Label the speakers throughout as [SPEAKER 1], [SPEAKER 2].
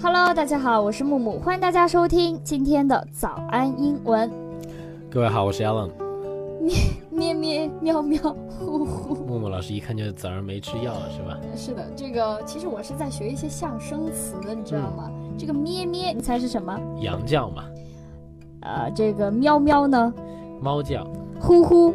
[SPEAKER 1] Hello，大家好，我是木木，欢迎大家收听今天的早安英文。
[SPEAKER 2] 各位好，我是 Alan。
[SPEAKER 1] 咩咩喵喵呼呼，
[SPEAKER 2] 木木老师一看就早上没吃药了，是吧？
[SPEAKER 1] 是的，这个其实我是在学一些象声词的，你知道吗？这个咩咩，你猜是什么？
[SPEAKER 2] 羊叫嘛，
[SPEAKER 1] 呃，这个喵喵呢？
[SPEAKER 2] 猫叫，
[SPEAKER 1] 呼呼，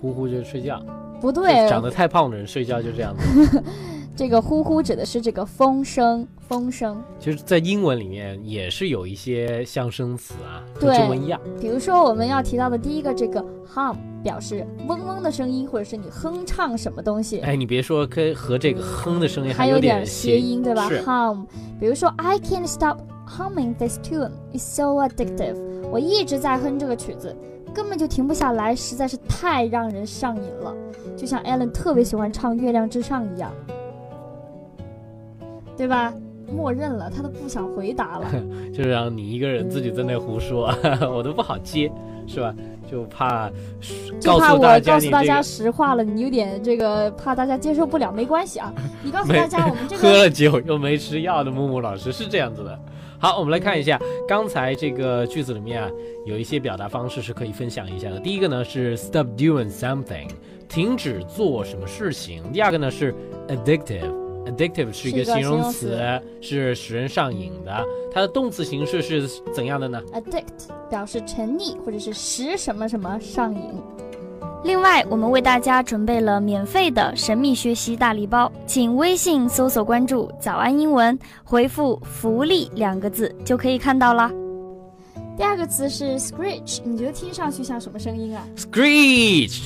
[SPEAKER 2] 呼呼就是睡觉。
[SPEAKER 1] 不
[SPEAKER 2] 就
[SPEAKER 1] 对，
[SPEAKER 2] 长得太胖的人睡觉就这样子。
[SPEAKER 1] 这个呼呼指的是这个风声，风声。
[SPEAKER 2] 就是在英文里面也是有一些象声词啊，和
[SPEAKER 1] 对
[SPEAKER 2] 中文一样。
[SPEAKER 1] 比如说我们要提到的第一个这个 hum，表示嗡嗡的声音，或者是你哼唱什么东西。
[SPEAKER 2] 哎，你别说，跟和这个哼的声音
[SPEAKER 1] 还
[SPEAKER 2] 有
[SPEAKER 1] 点
[SPEAKER 2] 谐
[SPEAKER 1] 谐音，对吧
[SPEAKER 2] 是，
[SPEAKER 1] ？Hum，比如说 I can't stop humming this tune, it's so addictive。我一直在哼这个曲子，根本就停不下来，实在是太让人上瘾了，就像 Alan 特别喜欢唱《月亮之上》一样，对吧？默认了，他都不想回答 了。
[SPEAKER 2] 就让你一个人自己在那胡说， 我都不好接，是吧？就怕
[SPEAKER 1] 就怕
[SPEAKER 2] 诉
[SPEAKER 1] 我
[SPEAKER 2] 大
[SPEAKER 1] 告
[SPEAKER 2] 家
[SPEAKER 1] 诉
[SPEAKER 2] 你
[SPEAKER 1] 大
[SPEAKER 2] 这
[SPEAKER 1] 家
[SPEAKER 2] 个
[SPEAKER 1] 实话了，你有点这个怕大家接受不了，没关系啊。你告诉大家，我们这
[SPEAKER 2] 喝
[SPEAKER 1] 个
[SPEAKER 2] 了酒又没吃药的木木老师是这样子的。好，我们来看一下刚才这个句子里面啊，有一些表达方式是可以分享一下的。第一个呢是 stop doing something，停止做什么事情。第二个呢是 addictive。addictive
[SPEAKER 1] 是
[SPEAKER 2] 是一
[SPEAKER 1] 一个
[SPEAKER 2] 个形容
[SPEAKER 1] 形
[SPEAKER 2] 词
[SPEAKER 1] 容，
[SPEAKER 2] 是使人上瘾的。它的动词形式是怎样的呢？
[SPEAKER 1] addict 表示沉溺或者是使什么什么上瘾。
[SPEAKER 3] 另外，我们为大家准备了免费的神秘学习大礼包，请微信搜索关注“早安英文”，回复“福利”两个字就可以看到啦。
[SPEAKER 1] 第二个词是 screech，你觉得听上去像什么声音啊？
[SPEAKER 2] Screech，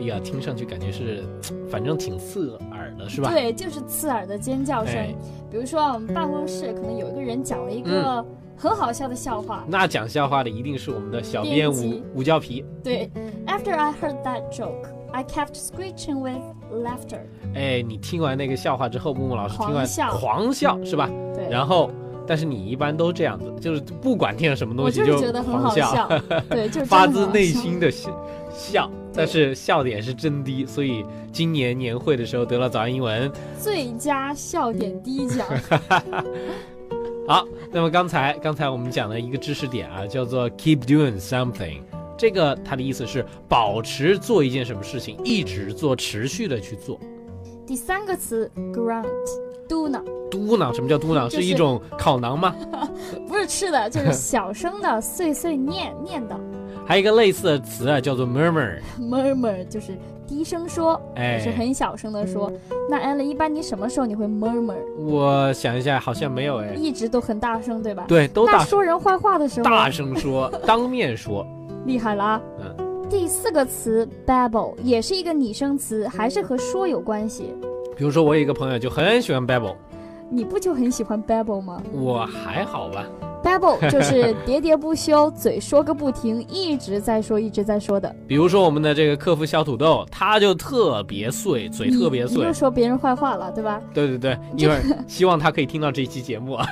[SPEAKER 2] 哎呀，听上去感觉是，反正挺刺耳的，是吧？
[SPEAKER 1] 对，就是刺耳的尖叫声。
[SPEAKER 2] 哎，嗯
[SPEAKER 1] 比如说我们办公室可能有一个人讲了一个很好笑的笑话，
[SPEAKER 2] 那讲笑话的一定是我们的小编
[SPEAKER 1] 编辑
[SPEAKER 2] 吴吴教皮。
[SPEAKER 1] 对，After
[SPEAKER 2] 嗯
[SPEAKER 1] I heard that joke, I kept screeching with laughter。
[SPEAKER 2] 哎，你听完那个笑话之后，木木老师听
[SPEAKER 1] 狂
[SPEAKER 2] 完
[SPEAKER 1] 笑嗯
[SPEAKER 2] 狂笑是吧？
[SPEAKER 1] 对，
[SPEAKER 2] 然后，但是你一般都这样子，就是不管听了什么
[SPEAKER 1] 我
[SPEAKER 2] 东西
[SPEAKER 1] 就是觉得很
[SPEAKER 2] 狂
[SPEAKER 1] 好笑， 对，就是真的
[SPEAKER 2] 发自
[SPEAKER 1] 很好
[SPEAKER 2] 内
[SPEAKER 1] 笑。
[SPEAKER 2] 心的笑，笑但是笑点是真低，所以今年年会的时候得了早安英文。
[SPEAKER 1] 最佳笑点第一奖，
[SPEAKER 2] 好，那么刚才刚才我们讲了一个知识点啊，叫做 keep doing something。这个它的意思是保持做一件什么事情，一直做，持续的去做。
[SPEAKER 1] 第三个词 grunt，嘟囔，
[SPEAKER 2] 嘟囔，什么叫嘟囔？
[SPEAKER 1] 就是
[SPEAKER 2] 是一种烤馕吗？
[SPEAKER 1] 不是吃的，就是小声的碎碎念念叨
[SPEAKER 2] 还有一个类似的词啊，叫做 murmur。
[SPEAKER 1] ，murmur 就是低声说，
[SPEAKER 2] 哎，
[SPEAKER 1] 就是很小声的说。那 Alan，一般你什么时候你会 murmur？
[SPEAKER 2] 我想一下，好像没有哎。
[SPEAKER 1] 一直都很大声，对吧？
[SPEAKER 2] 对，都
[SPEAKER 1] 那
[SPEAKER 2] 大
[SPEAKER 1] 说人坏话的时候，
[SPEAKER 2] 大声说，当面说。
[SPEAKER 1] 厉害了啊！
[SPEAKER 2] 嗯
[SPEAKER 1] 第四个词 babble 也是一个拟声词，还是和说有关系。
[SPEAKER 2] 比如说，我有一个朋友就很喜欢 babble，
[SPEAKER 1] 你不就很喜欢 babble 吗
[SPEAKER 2] 我还好吧。
[SPEAKER 1] ？babble 就是喋喋不休，嘴说个不停，一直在说，一直在说的。
[SPEAKER 2] 比如说我们的这个客服小土豆，他就特别碎，嘴特别
[SPEAKER 1] 你你
[SPEAKER 2] 碎
[SPEAKER 1] 又。说别人坏话了，对 吧？
[SPEAKER 2] 对对对， 一会儿 希望他可以听到这期节目啊。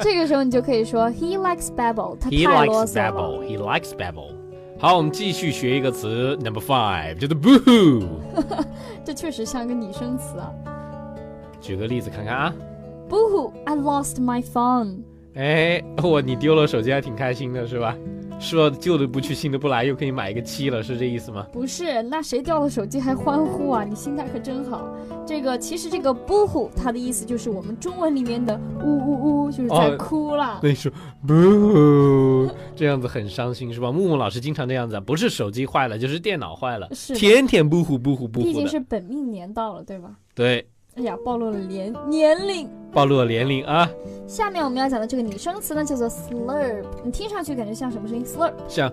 [SPEAKER 1] 这个时候你就可以说 he likes babble，他
[SPEAKER 2] He
[SPEAKER 1] 太啰
[SPEAKER 2] likes
[SPEAKER 1] 嗦了。
[SPEAKER 2] babble. He likes babble. 好，我们继续学一个词，number five，叫做 boohoo。
[SPEAKER 1] 这确实像个拟声词啊。
[SPEAKER 2] 举个例子看看啊。
[SPEAKER 1] Boohoo，I lost my phone。
[SPEAKER 2] 哎，我你丢了手机还挺开心的是吧？说旧的不去，新的不来，又可以买一个七了，是这意思吗？
[SPEAKER 1] 不是，那谁掉了手机还欢呼啊？你心态可真好。这个其实这个“呜呼”它的意思就是我们中文里面的“呜呜呜”，就是在
[SPEAKER 2] 哦
[SPEAKER 1] 哭啦。
[SPEAKER 2] 那你说不， 这样子很伤心是吧？木木老师经常这样子啊，不是手机坏了，就是电脑坏了，
[SPEAKER 1] 是的
[SPEAKER 2] 天天不呼不呼不
[SPEAKER 1] 毕
[SPEAKER 2] 呼
[SPEAKER 1] 竟
[SPEAKER 2] 的。
[SPEAKER 1] 是本命年到了，对吧？
[SPEAKER 2] 对，
[SPEAKER 1] 哎呀，暴露了年年龄。
[SPEAKER 2] 暴露了年龄啊，
[SPEAKER 1] 下面我们要讲的这个拟声词呢，叫做 slurp。你听上去感觉像什么声音？slurp，
[SPEAKER 2] 像，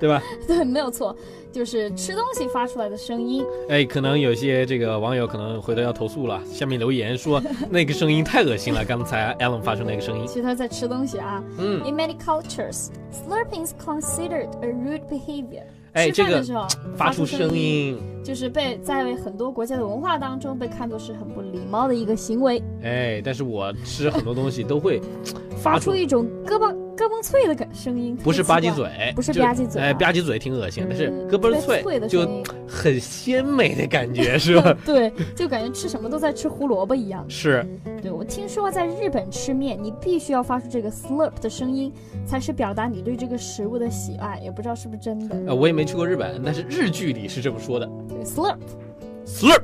[SPEAKER 2] 对吧？
[SPEAKER 1] 对，没有错，就是吃东西发出来的声音。
[SPEAKER 2] 哎，可能有些这个网友可能回头要投诉了，下面留言 说那个声音太恶心了，刚才 Alan 发出那个声音
[SPEAKER 1] 其，实它在吃东西啊。
[SPEAKER 2] 嗯，
[SPEAKER 1] In many cultures, slurping is considered a rude behavior。
[SPEAKER 2] 哎，
[SPEAKER 1] 吃
[SPEAKER 2] 这
[SPEAKER 1] 饭的
[SPEAKER 2] 个
[SPEAKER 1] 时候
[SPEAKER 2] 发出声
[SPEAKER 1] 音。
[SPEAKER 2] 音，
[SPEAKER 1] 就是被在很多国家的文化当中被看作是很不礼貌的一个行为，
[SPEAKER 2] 哎，但是我吃很多东西都会发
[SPEAKER 1] 发
[SPEAKER 2] 出
[SPEAKER 1] 出一种咯嘣咯嘣嘣脆的感声音，
[SPEAKER 2] 不是吧唧
[SPEAKER 1] 特别奇怪，
[SPEAKER 2] 嘴，
[SPEAKER 1] 不是
[SPEAKER 2] 就
[SPEAKER 1] 吧唧嘴啊
[SPEAKER 2] 哎，吧唧嘴挺恶心，但是
[SPEAKER 1] 嗯
[SPEAKER 2] 咯嘣儿
[SPEAKER 1] 特别
[SPEAKER 2] 脆
[SPEAKER 1] 的
[SPEAKER 2] 就
[SPEAKER 1] 声音
[SPEAKER 2] 很鲜美的感觉，是 吧？
[SPEAKER 1] 对，就感觉吃什么都在吃胡萝卜一样。
[SPEAKER 2] 是，
[SPEAKER 1] 对我听说在日本吃面，你必须要发出这个 slurp 的声音，才是表达你对这个食物的喜爱，也不知道是不是真的。
[SPEAKER 2] 呃，我也没去过日本，但是日剧里是这么说的
[SPEAKER 1] 对 slurp。
[SPEAKER 2] ，slurp。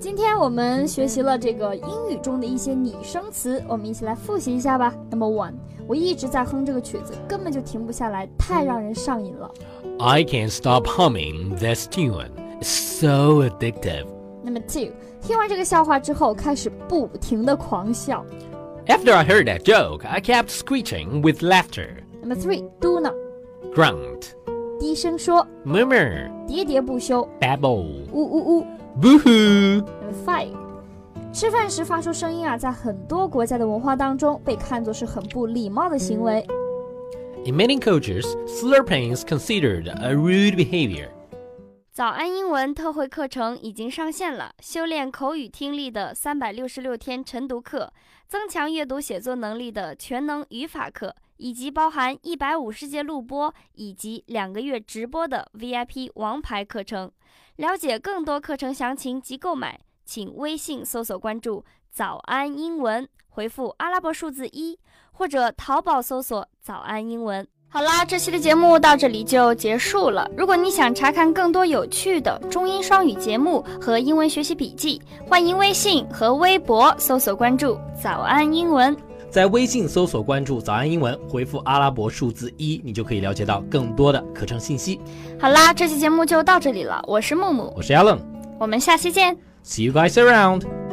[SPEAKER 1] 今天我们学习了这个英语中的一些拟声词，我们一起来复习一下吧。Number one，我一直在哼这个曲子，根本就停不下来，太让人上瘾了。
[SPEAKER 2] I can't stop humming this tune, It's so addictive.
[SPEAKER 1] Number two，听完这个笑话之后，开始不停的狂笑。
[SPEAKER 2] After I heard that joke, I kept screeching with laughter.
[SPEAKER 1] Number three，嘟囔，
[SPEAKER 2] Grunt,
[SPEAKER 1] 低声说，
[SPEAKER 2] murmur,
[SPEAKER 1] 喋喋不休，
[SPEAKER 2] babble,
[SPEAKER 1] 呜呜呜。
[SPEAKER 2] boo hoo.
[SPEAKER 1] Number five，吃饭时发出声音啊，在很多国家的文化当中被看作是很不礼貌的行为。
[SPEAKER 2] In many cultures, slurping is considered a rude behavior.
[SPEAKER 3] 早安英文特惠课程已经上线了，修炼口语听力的三百六十六天晨读课，增强阅读写作能力的全能语法课，以及包含一百五十节录播以及两个月直播的 VIP 王牌课程。了解更多课程详情及购买，请微信搜索关注“早安英文”，回复阿拉伯数字一，或者淘宝搜索“早安英文”。好啦，这期的节目到这里就结束了。如果你想查看更多有趣的中英双语节目和英文学习笔记，欢迎微信和微博搜索关注“早安英文”。
[SPEAKER 4] 在微信搜索关注“早安英文”，回复阿拉伯数字一，你就可以了解到更多的课程信息。
[SPEAKER 3] 好啦，这期节目就到这里了。我是木木，
[SPEAKER 4] 我是 Alan，See
[SPEAKER 3] 我们下期见。
[SPEAKER 4] you guys around。